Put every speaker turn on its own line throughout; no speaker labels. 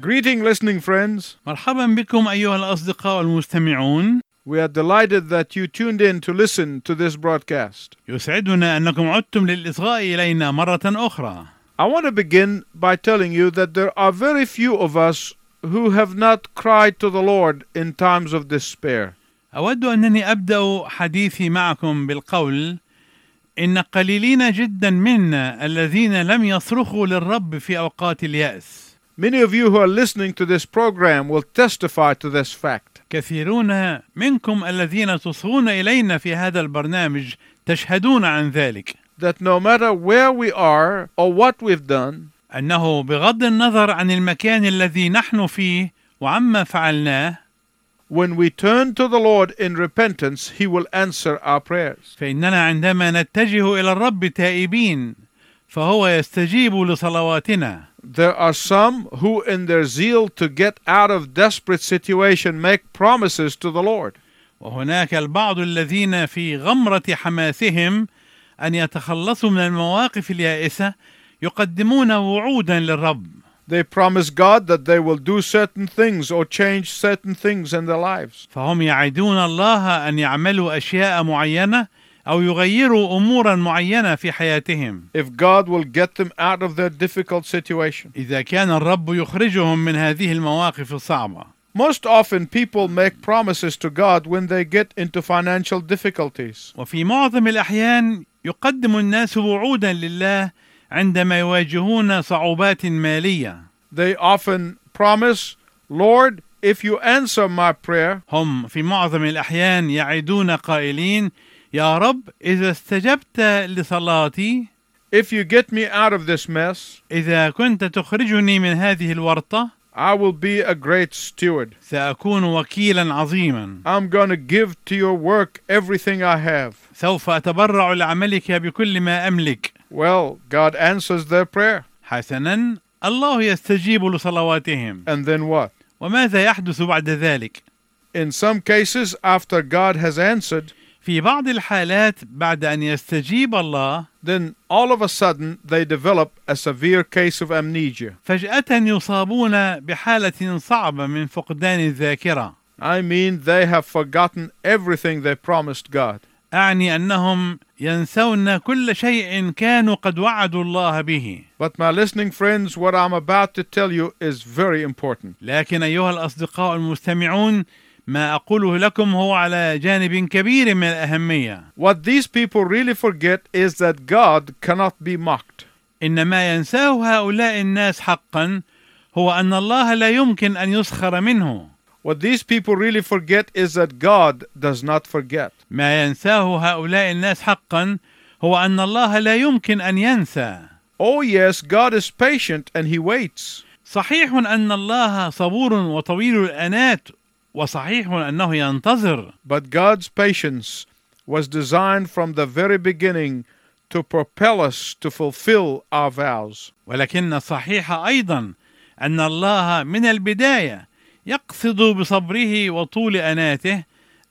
Greeting, listening friends.
مرحبا بكم أيها الأصدقاء المستمعون
We are delighted that you tuned in to listen to this broadcast.
يسعدنا أنكم عدتم للإصغاء إلينا مرة أخرى
I want to begin by telling you that there are very few of us who have not cried to the Lord in times of despair.
أود أنني أبدأ حديثي معكم بالقول إن قليلين جدا منا الذين لم يصرخوا للرب في أوقات اليأس
Many of you who are listening to this program will testify to this fact.
كثيرون منكم الذين تصغون إلينا في هذا البرنامج تشهدون عن ذلك
That no matter where we are or what we've done,
أنه بغض النظر عن المكان الذي نحن فيه وعما فعلناه
when we turn to the Lord in repentance, He will answer our prayers.
فإننا عندما نتجه إلى الرب تائبين فهو يستجيب لصلواتنا
There are some who, in their zeal to get out of desperate situation, make promises to the Lord.
وهناك البعض الذين في غمرة حماسهم أن يتخلصوا من المواقف اليائسة يقدمون وعودا للرب
They promise God that they will do certain things or change certain things in their lives.
فهم يعدون الله أن يعملوا أشياء معينة أو يغيروا أمورا معينة في حياتهم
If God will get them out of their difficult situation.
إذا كان الرب يخرجهم من هذه المواقف الصعبة
Most often, people make promises to God when they get into financial difficulties.
وفي معظم الأحيان يقدم الناس وعودا لله عندما يواجهون صعوبات مالية
They often promise, Lord, if you answer my prayer,
هم في معظم الأحيان يعدون قائلين يا رب إذا استجبت لصلاتي
if you get me out of this mess,
إذا كنت تخرجني من هذه الورطة
I will be a great steward.
سأكون وكيلا عظيما
I'm going to give to your work everything I have.
سوف أتبرع لعملك بكل ما أملك
Well, God answers their prayer.
حسنا الله يستجيب لصلواتهم
And then what?
وماذا يحدث بعد ذلك
In some cases, after God has answered,
في بعض الحالات بعد أن يستجيب الله
then all of a sudden they develop a severe case of amnesia.
فجأة يصابون بحالة صعبة من فقدان الذاكرة
I mean, they have forgotten everything they promised God.
أعني أنهم ينسون كل شيء كانوا قد وعدوا الله به
But, my listening friends, what I'm about to tell you is very important.
لكن أيها الأصدقاء المستمعون ما أقوله لكم هو على جانب كبير من الأهمية
What these people really forget is that God cannot be mocked.
إن ما ينساه هؤلاء الناس حقا هو أن الله لا يمكن أن يسخر منه
What these people really forget is that God does not forget.
ما ينساه هؤلاء الناس حقا هو أن الله لا يمكن أن ينسى
Oh, yes, God is patient and He waits.
صحيح أن الله صبور وطويل الأنات وصحيح أنه ينتظر
But God's patience was designed from the very beginning to propel us to fulfill our vows.
ولكن الصحيح أيضا أن الله من البداية يقصد بصبره وطول أناته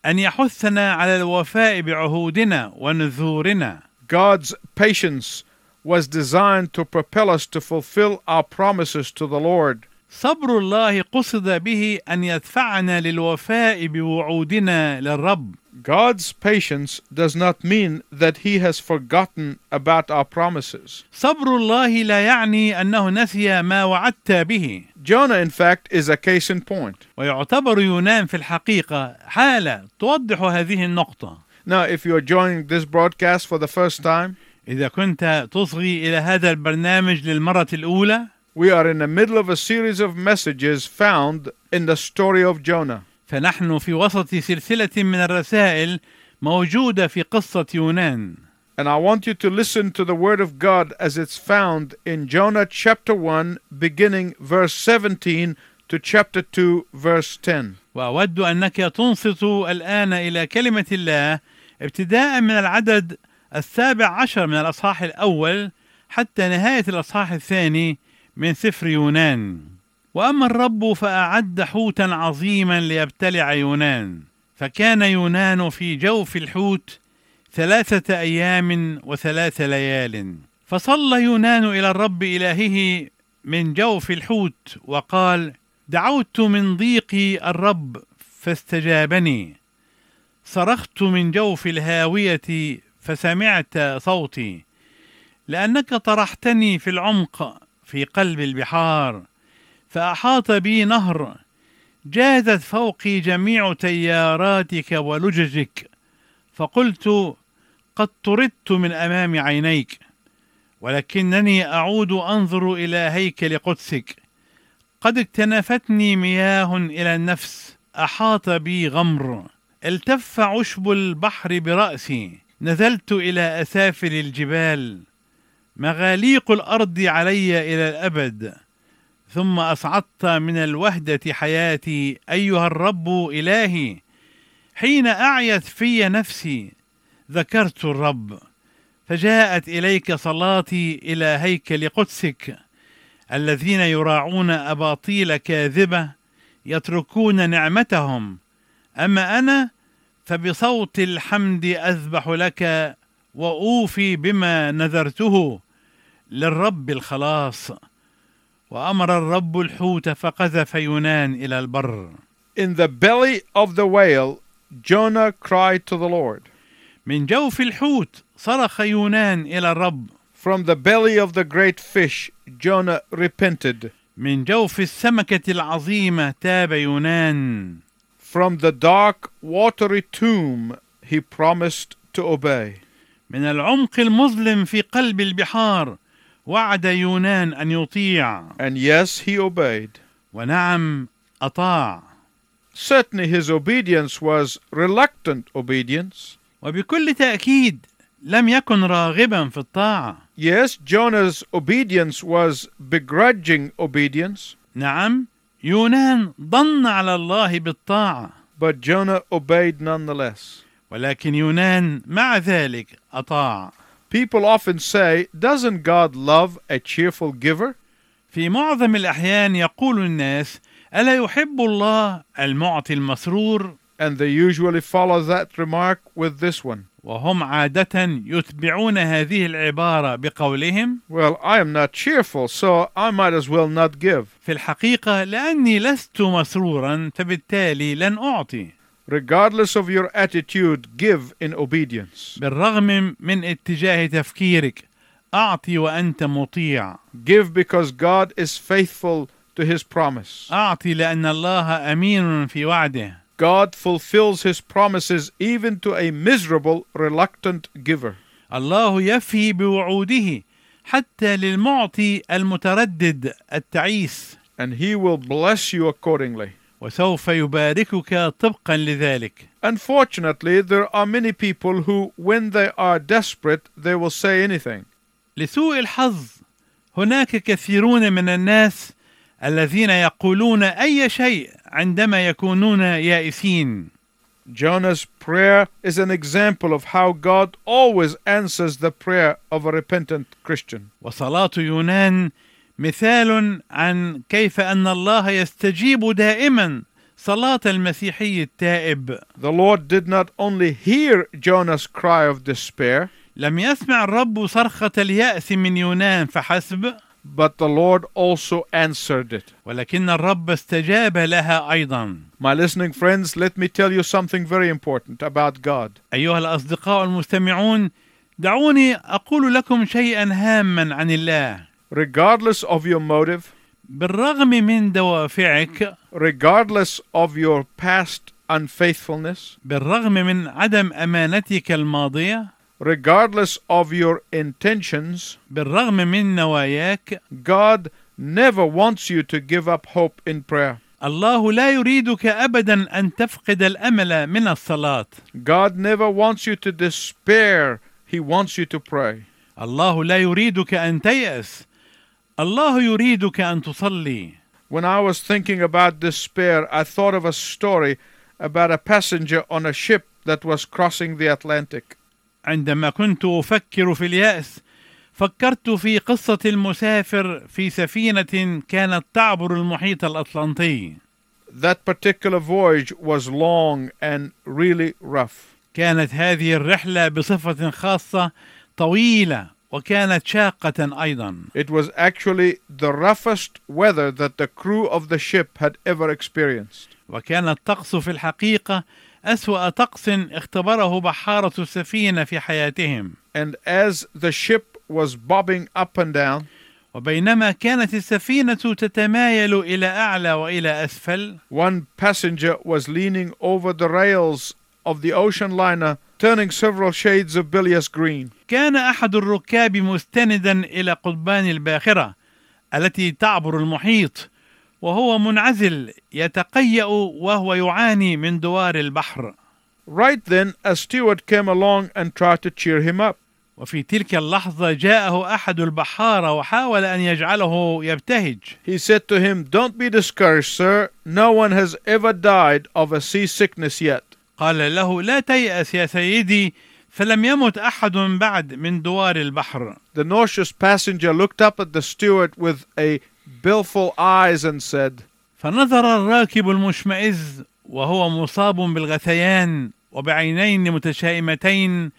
أن يحثنا على الوفاء بعهودنا ونذورنا
God's patience was designed to propel us to fulfill our promises to the Lord.
صبر الله قصد به أن يدفعنا للوفاء بوعودنا للرب
God's patience does not mean that He has forgotten about our promises.
صبر الله لا يعني أنه نسي ما وعدت به
Jonah, in fact, is a case in point.
ويعتبر يونان في الحقيقة حالة توضح هذه النقطة
Now, if you are joining this broadcast for the first time,
إذا كنت تصغي إلى هذا البرنامج للمرة الأولى
we are in the middle of a series of messages found in the story of Jonah.
فنحن في وسط سلسلة من الرسائل موجودة في قصة يونان
And I want you to listen to the word of God as it's found in Jonah chapter 1, beginning verse 17 to chapter 2, verse 10.
وأود أنك تنصت الآن إلى كلمة الله ابتداء من العدد السابع عشر من الأصحاح الأول حتى نهاية الأصحاح الثاني من سفر يونان وأما الرب فأعد حوتا عظيما ليبتلع يونان فكان يونان في جوف الحوت ثلاثة أيام وثلاث ليال فصلى يونان إلى الرب إلهه من جوف الحوت وقال دعوت من ضيقي الرب فاستجابني صرخت من جوف الهاويه فسمعت صوتي لانك طرحتني في العمق في قلب البحار فاحاط بي نهر جازت فوقي جميع تياراتك ولججك فقلت قد طردت من امام عينيك ولكنني اعود انظر الى هيكل قدسك قد اكتنفتني مياه الى النفس احاط بي غمر التف عشب البحر براسي نزلت الى اسافل الجبال مغاليق الارض علي الى الابد ثم اصعدت من الوهده حياتي ايها الرب الهي حين اعيت في نفسي ذكرت الرب فجاءت اليك صلاتي الى هيكل قدسك الذين يراعون اباطيل كاذبه يتركون نعمتهم اما انا فبصوت الحمد اذبح لك واوفي بما نذرته للرب الخلاص وامر الرب الحوت فقذف يونان الى البر
In the belly of the whale, Jonah cried to the Lord.
من جوف الحوت صرخ يونان الى الرب
From the belly of the great fish, Jonah repented.
من جوف السمكه العظيمه تاب يونان
From the dark, watery tomb, he promised to obey.
من العمق المظلم في قلب البحار وعد يونان ان يطيع
And yes, he obeyed.
ونعم اطاع
Certainly, his obedience was reluctant obedience.
وبكل تاكيد لم يكن راغبا في الطاعه
Yes, Jonah's obedience was begrudging obedience,
نعم يونان ضن على الله بالطاعه
but Jonah obeyed nonetheless.
ولكن يونان مع ذلك اطاع
People often say, Doesn't God love a cheerful giver?
في معظم الاحيان يقول الناس الا يحب الله المعطي المسرور
And they usually follow that remark with this one
وهم عاده يتبعون هذه العباره بقولهم
Well, I am not cheerful, so I might as well not give.
في الحقيقه لاني لست مسرورا فبالتالي لن اعطي
Regardless of your attitude, give in obedience.
بالرغم من اتجاه تفكيرك اعطي وانت مطيع
Give because God is faithful to his promise.
اعطي لان الله امين في وعده
God fulfills his promises even to a miserable, reluctant giver.
الله يفي بوعوده حتى للمعطي المتردد التعيس
And he will bless you accordingly.
وسوف يباركك طبقا لذلك
Unfortunately, there are many people who, when they are desperate, they will say anything.
لسوء الحظ هناك كثيرون من الناس الذين يقولون اي شيء عندما يكونون يائسين
Jonah's prayer is an example of how God always answers the prayer of a repentant Christian.
وصلاه يونان مثال عن كيف ان الله يستجيب دائما صلاه المسيحي التائب
The Lord did not only hear Jonah's cry of despair,
لم يسمع الرب صرخة اليأس من يونان فحسب
but the Lord also answered it.
ولكن الرب استجاب لها أيضا
My listening friends, let me tell you something very important about God.
أيها الأصدقاء المستمعون دعوني أقول لكم شيئا هاما عن الله
Regardless of your motive,
بالرغم من دوافعك
regardless of your past unfaithfulness,
بالرغم من عدم أمانتك الماضية
regardless of your intentions,
بالرغم من نواياك
God never wants you to give up hope in prayer.
الله لا يريدك أبدا أن تفقد الأمل من الصلاة
God never wants you to despair. He wants you to pray.
الله لا يريدك أن تيأس الله يريدك أن تصلي
When I was thinking about despair, I thought of a story about a passenger on a ship that was crossing the Atlantic.
عندما كنت أفكر في اليأس فكرت في قصة المسافر في سفينة كانت تعبر المحيط الأطلنطي
That particular voyage was long and really rough.
كانت هذه الرحلة بصفة خاصة طويلة وكانت شاقة أيضا
It was actually the roughest weather that the crew of the ship had ever experienced.
وكان الطقس في الحقيقة أسوأ طقس اختبره بحارة السفينة في حياتهم
And as the ship was bobbing up and down,
وبينما كانت السفينة تتمايل إلى أعلى وإلى أسفل
one passenger was leaning over the rails of the ocean liner, turning several shades of bilious green.
كان أحد الركاب مستندا إلى قضبان الباخرة التي تعبر المحيط وهو منعزل يتقيأ وهو يعاني من دوار البحر
Right then, a steward came along and tried to cheer him up.
وفي تلك اللحظة جاءه أحد البحارة وحاول أن يجعله يبتهج
He said to him, Don't be discouraged, sir. No one has ever died of a seasickness yet.
قال له لا تيأس يا سيدي فلم يمت أحد بعد من دوار البحر
The nauseous passenger looked up at the steward with a baleful eyes and said,
فنظر الراكب المشمئز وهو مصاب بالغثيان وبعينين متشائمتين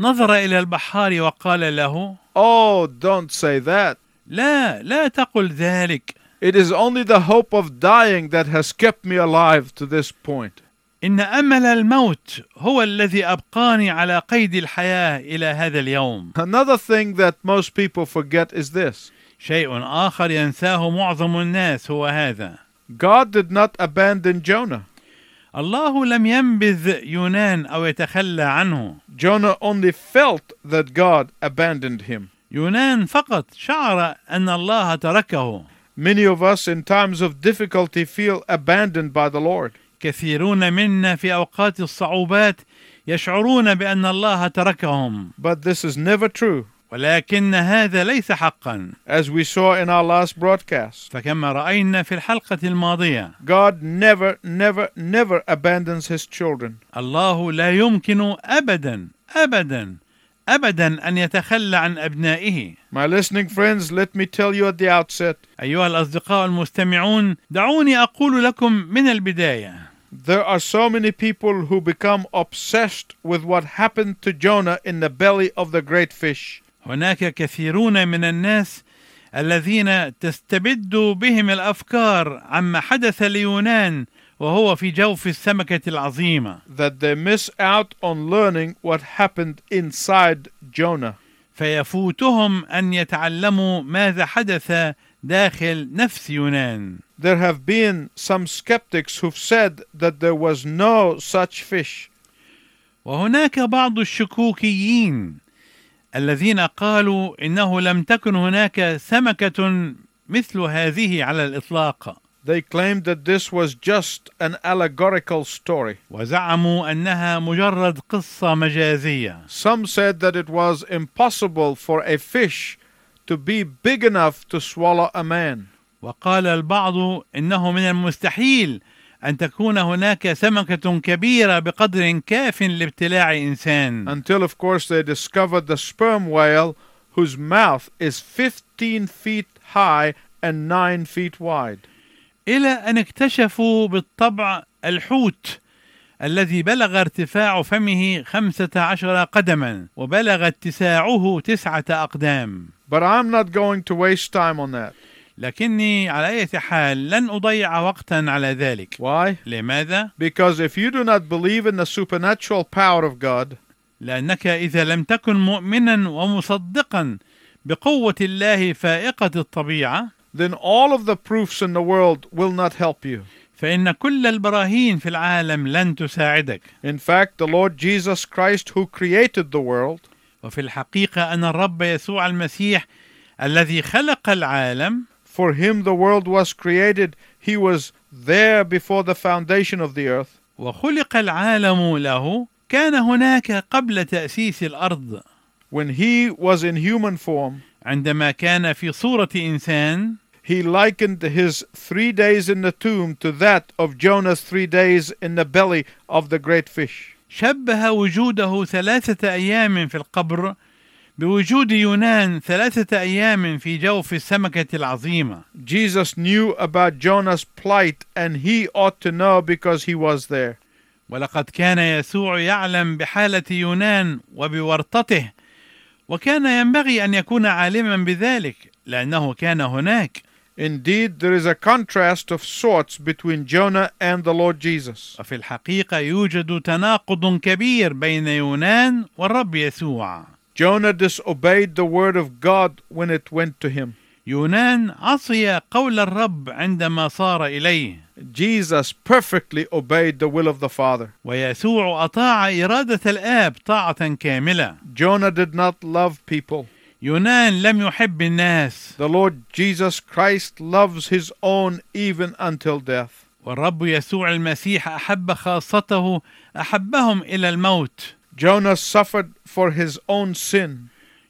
نظر إلى البحار وقال له
Oh, don't say that.
لا لا تقل ذلك
It is only the hope of dying that has kept me alive to this point.
إن أمل الموت هو الذي أبقاني على قيد الحياة إلى هذا اليوم
Another thing that most people forget is this
شيء آخر ينساه معظم الناس هو هذا
God did not abandon Jonah.
الله لم ينبذ يونان أو يتخلى عنه
Jonah only felt that God abandoned him.
يونان فقط شعر أن الله تركه
Many of us in times of difficulty feel abandoned by the Lord.
كثيرون منا في أوقات الصعوبات يشعرون بأن الله تركهم
But this is never true,
ولكن هذا ليس حقا
as we saw in our last broadcast.
فكما رأينا في الحلقة الماضية
God never, never, never abandons his children.
الله لا يمكن أبدا أبدا أبدا أن يتخلى عن أبنائه
My listening friends, let me tell you at the outset
أيها الأصدقاء المستمعون دعوني أقول لكم من البداية
there are so many people who become obsessed with what happened to Jonah in the belly of the great fish.
هناك كثيرون من الناس الذين تستبد بهم الافكار عما حدث ليونان وهو في جوف السمكه العظيمه
that they miss out on learning what happened inside Jonah.
فيفوتهم ان يتعلموا ماذا حدث داخل نفس يونان
There have been some skeptics who've said that there was no such fish.
وهناك بعض الشكوكيين الذين قالوا انه لم تكن هناك سمكه مثل هذه على الاطلاق
They claimed that this was just an allegorical story.
وزعموا انها مجرد قصه مجازيه
Some said that it was impossible for a fish to be big enough to swallow a man.
وقال البعض انه من المستحيل ان تكون هناك سمكه كبيره بقدر كاف لابتلاع انسان
Until, of course, they discovered the sperm whale whose mouth is 15 feet high and 9 feet wide.
الى ان اكتشفوا بالطبع الحوت الذي بلغ ارتفاع فمه خمسة عشر قدما وبلغ اتساعه تسعة أقدام
But I'm not going to waste time on that.
لكني على أي حال لن أضيع وقتا على ذلك
Why?
لماذا؟
Because if you do not believe in the supernatural power of God,
لأنك إذا لم تكن مؤمنا ومصدقا بقوة الله فائقة الطبيعة
then all of the proofs in the world will not help you.
فإن كل البراهين في العالم لن تساعدك
In fact, the Lord Jesus Christ, who created the world,
وفي الحقيقة أن الرب يسوع المسيح الذي خلق العالم
for him the world was created. He was there before the foundation of the earth.
وخلق العالم له كان هناك قبل تأسيس الأرض
When he was in human form,
عندما كان في صورة إنسان
he likened his three days in the tomb to that of Jonah's three days in the belly of the great fish.
شبه وجوده ثلاثة أيام في القبر بوجود يونان ثلاثة أيام في جوف السمكة العظيمة
Jesus knew about Jonah's plight, and he ought to know because he was there.
ولقد كان يسوع يعلم بحالة يونان وبورطته وكان ينبغي ان يكون عالما بذلك لانه كان هناك
Indeed, there is a contrast of sorts between Jonah and the Lord Jesus.
وفي الحقيقه يوجد تناقض كبير بين يونان والرب يسوع
Jonah disobeyed the word of God when it went to him.
يونان عصي قول الرب عندما صار اليه
Jesus perfectly obeyed the will of the Father.
ويسوع اطاع اراده الاب طاعه كامله
Jonah did not love people.
يونان لم يحب الناس
The Lord Jesus Christ loves his own even until death.
والرب يسوع المسيح احب خاصته احبهم الى الموت
Jonah suffered for his own sin,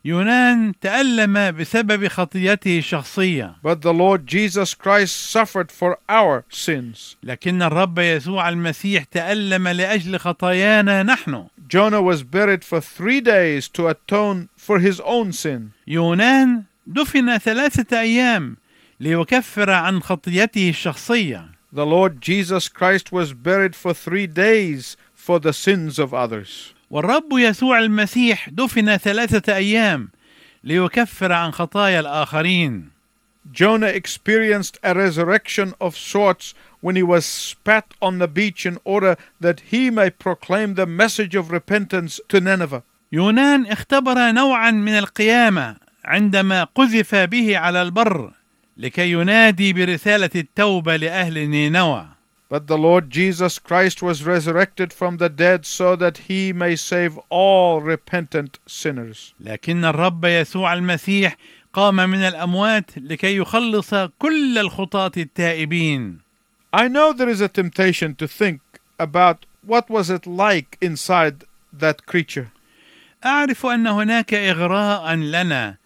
يونان تالم بسبب خطيته الشخصيه
but the Lord Jesus Christ suffered for our sins.
لكن الرب يسوع المسيح تألم لأجل خطايانا نحن
Jonah was buried for three days to atone for his own sin.
يونان دفن ثلاثة أيام ليكفر عن خطيته الشخصية
The Lord Jesus Christ was buried for three days for the sins of others.
والرب يسوع المسيح دفن ثلاثة أيام ليكفر عن خطايا الآخرين
Jonah experienced a resurrection of sorts when he was spat on the beach in order that he may proclaim the message of repentance to Nineveh.
يونان اختبر نوعا من القيامة عندما قذف به على البر لكي ينادي برسالة التوبة لأهل نينوى
But the Lord Jesus Christ was resurrected from the dead so that he may save all repentant sinners.
لكن الرب يسوع المسيح قام من الأموات لكي يخلص كل الخطاة التائبين
I know there is a temptation to think about what was it like inside that creature.
أعرف أن هناك إغراء لنا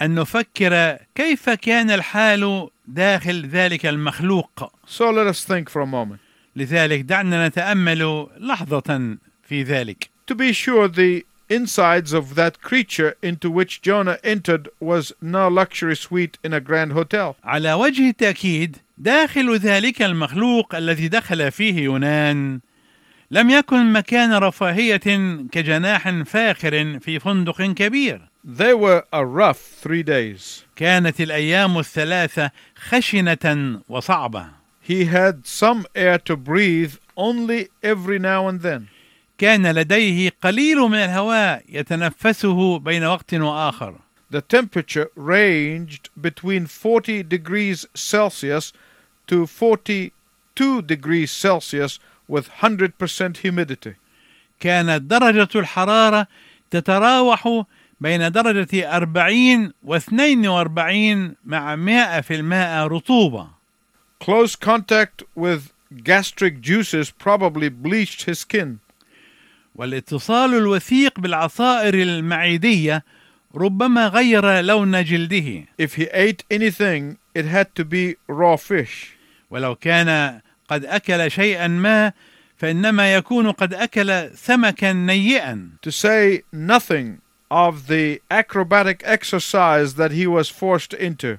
أن نفكر كيف كان الحال داخل ذلك المخلوق
So let us think for a moment.
لذلك دعنا نتأمل لحظة في ذلك
To be sure, the insides of that creature into which Jonah entered was no luxury suite in a grand hotel.
على وجه التأكيد داخل ذلك المخلوق الذي دخل فيه يونان لم يكن مكان رفاهية كجناح فاخر في فندق كبير
They were a rough three days.
كانت الأيام الثلاثة خشنة وصعبة
He had some air to breathe only every now and then.
كان لديه قليل من الهواء يتنفسه بين وقت وآخر
The temperature ranged between 40 degrees Celsius to 42 degrees Celsius with 100% humidity.
كانت درجة الحرارة تتراوح بين درجة 40 و 42 مع 100% رطوبة
Close contact with gastric juices probably bleached his skin.
والاتصال الوثيق بالعصائر المعيدية ربما غير لون جلده
If he ate anything, it had to be raw fish.
ولو كان قد أكل شيئا ما فإنما يكون قد أكل سمكا نيئا
To say nothing of the acrobatic exercise that he was forced into.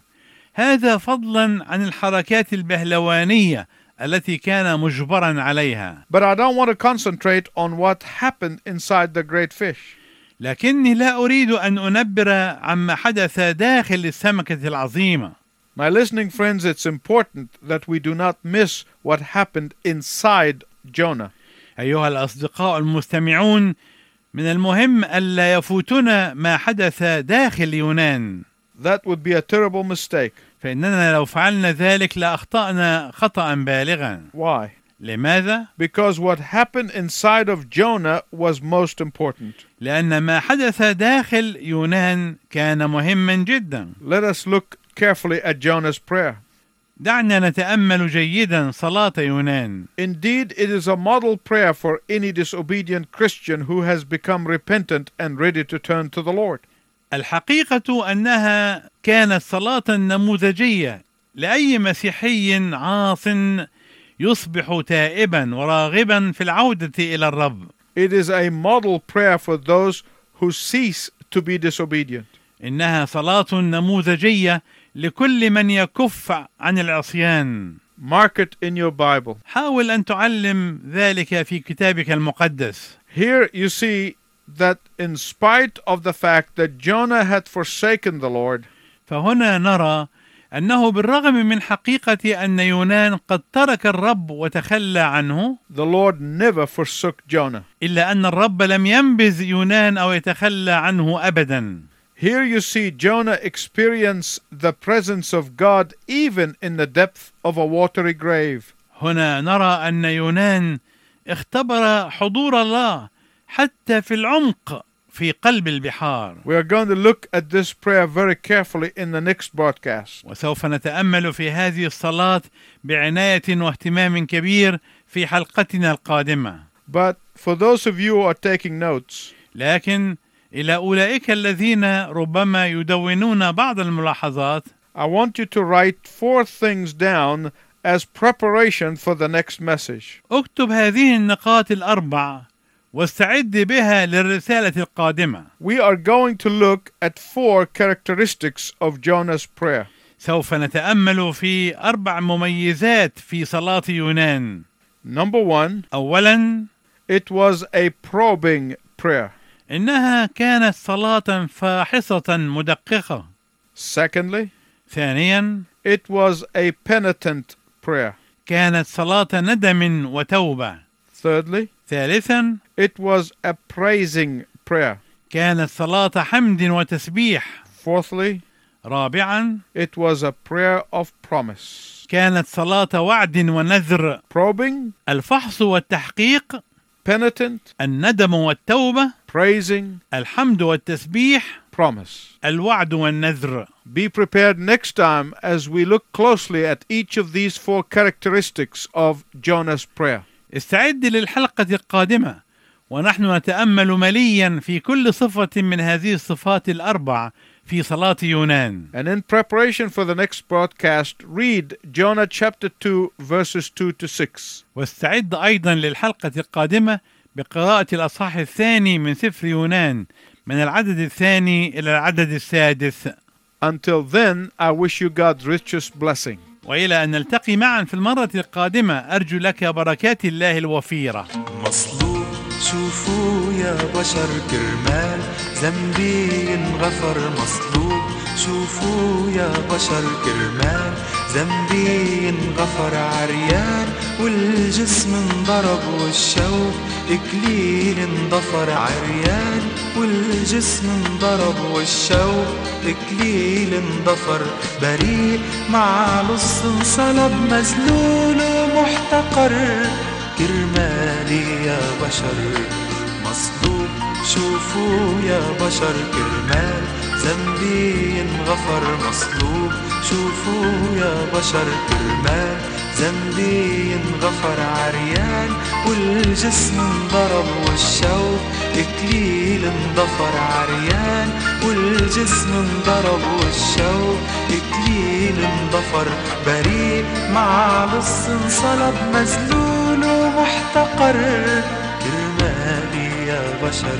هذا فضلا عن الحركات البهلوانية التي كان مجبرا عليها
But I don't want to concentrate on what happened inside the great fish.
لكني لا أريد أن أنبر عما حدث داخل السمكة العظيمة
My listening friends, it's important that we do not miss what happened inside Jonah.
أيها الأصدقاء المستمعون من المهم ألا يفوتنا ما حدث داخل يونان
That would be a terrible mistake.
فإننا لو فعلنا ذلك لأخطأنا خطأ بالغا
Why?
لماذا؟
Because what happened inside of Jonah was most important.
لأن ما حدث داخل يونان كان مهما جدا
Let us look carefully at Jonah's prayer.
دعنا نتأمل جيدا صلاة يونان
Indeed, it is a model prayer for any disobedient Christian who has become repentant and ready to turn to the Lord.
الحقيقة أنها كانت صلاة نموذجية لأي مسيحي عاص يصبح تائبا وراغبا في العودة إلى الرب
It is a model prayer for those who cease to be disobedient.
إنها صلاة نموذجية لكل من يكف عن العصيان
Mark it in your Bible.
حاول أن تعلم ذلك في كتابك المقدس
Here you see that in spite of the fact that Jonah had forsaken the Lord,
فهنا نرى أنه بالرغم من حقيقة أن يونان قد ترك الرب وتخلى عنه
the Lord never forsook Jonah.
إلا أن الرب لم ينبذ يونان أو يتخلى عنه أبدا
Here you see Jonah experience the presence of God even in the depth of a watery grave.
هنا نرى أن يونان اختبر حضور الله حتى في العمق في قلب البحار
We are going to look at this prayer very carefully in the next broadcast.
وسوف نتأمل في هذه الصلاة بعناية واهتمام كبير في حلقتنا القادمة
But for those of you who are taking notes,
لكن إلى أولئك الذين ربما يدونون بعض الملاحظات
I want you to write four things down as preparation for the next message.
اكتب هذه النقاط الأربع واستعد بها للرسالة القادمة
We are going to look at four characteristics of Jonah's prayer.
سوف نتأمل في أربع مميزات في صلاة يونان
Number one,
أولا
it was a probing prayer.
إنها كانت صلاة فاحصة مدققة
Secondly,
ثانيا
it was a penitent prayer.
كانت صلاة ندم وتوبة
Thirdly,
ثالثا
it was a praising prayer.
كانت صلاة حمد وتسبيح
Fourthly,
رابعا
it was a prayer of promise.
كانت صلاة وعد ونذر
Probing,
الفحص والتحقيق
penitent,
الندم والتوبة
praising,
الحمد والتسبيح
promise.
الوعد والنذر
Be prepared next time as we look closely at each of these four characteristics of Jonah's prayer.
استعد للحلقة القادمة ونحن نتأمل مليا في كل صفة من هذه الصفات الأربع في صلاة يونان
And in preparation for the next broadcast, read Jonah chapter 2, verses 2 to 6.
واستعد أيضا للحلقة القادمة بقراءة الأصحاح الثاني من سفر يونان من العدد الثاني إلى العدد السادس
Until then, I wish you God's richest blessing.
وإلى أن نلتقي معا في المرة القادمة أرجو لك بركات الله الوفيرة
مصلوب شوفوا يا بشر كرمال ذنبي انغفر مصلوب شوفوا يا بشر كرمال ذنبي انغفر عريان والجسم انضرب والشوق إكليل انضفر عريان والجسم انضرب والشوق إكليل انضفر بريء مع لص انصلب مذلول ومحتقر كرمالي يا بشر مصلوب شوفوا يا بشر كرمال ذنبي انغفر مصلوب شوفوا يا بشر كرمال ذنبي انغفر عريان والجسم انضرب والشوق إكليل انضفر عريان والجسم انضرب والشوق إكليل انضفر بريء مع لص انصلب مذلول مجنون ومحتقر كرمالي يا بشر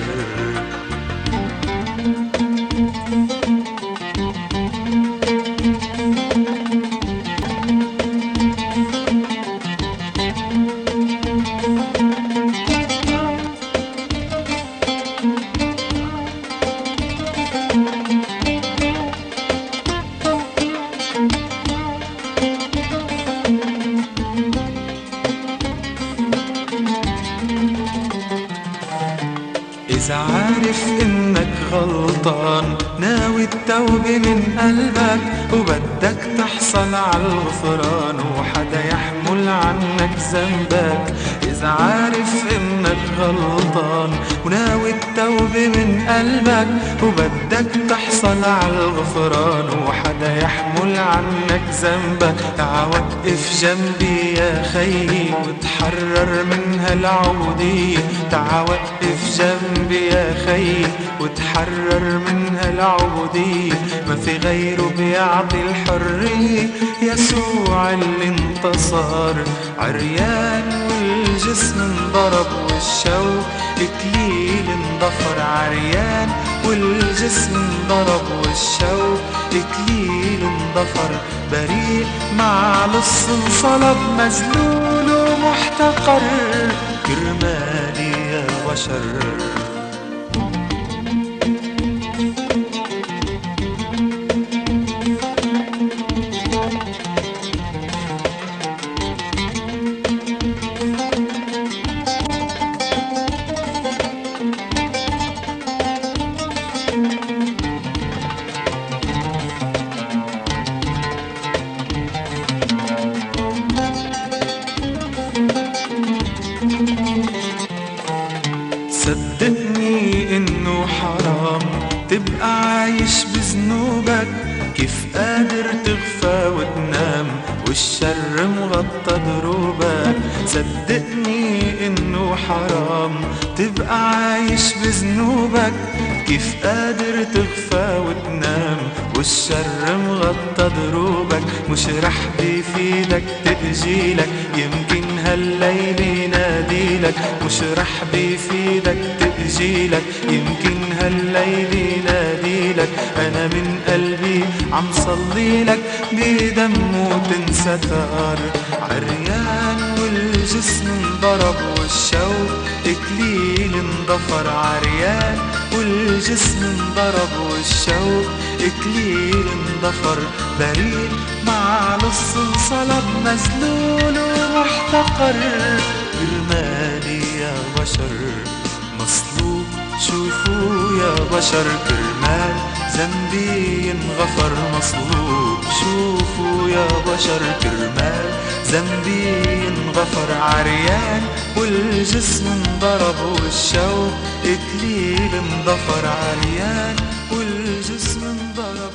إذا عارف إنك غلطان ناوي التوبة من قلبك وبدك تحصل على الغفران وحدا يحمل عنك ذنبك إذا عارف إنك غلطان وناوي التوبة من قلبك وبدك تحصل على الغفران وحدا يحمل عنك ذنبك تعا وقف جنبي يا خيي وتحرر من هالعبودية تعا وقف جنبي يا خيي وتحرر من هالعبودية ما في غيره بيعطي الحرية يسوع اللي انتصر عريان والجسم انضرب والشوق إكليل انضفر عريان والجسم انضرب والشوق إكليل انضفر بريء مع لص انصلب مذلول ومحتقر كرمالي يا بشر تبقى عايش بذنوبك كيف قادر تغفى وتنام والشر مغطى دروبك صدقني انه حرام تبقى عايش بذنوبك كيف قادر تغفى وتنام والشر مغطى دروبك مش رح بيفيدك تأجيلك يمكن هالليل يناديلك مش رح بيفيدك تأجيلك يمكن هالليل يناديلك أنا من قلبي عم صليلك بدمه تنسى ثار عريان والجسم انضرب والشوق إكليل انضفر عريان والجسم انضرب والشوق إكليل انضفر بريد مع لص انصلب مذلول ومحتقر كرمالي يا بشر مصلوب شوفوا يا بشر كرمال ذنبي انغفر مصلوب شوفوا يا بشر كرمال ذنبي انغفر عريان والجسم انضرب والشوق إكليل انضفر عريان والجسم انضرب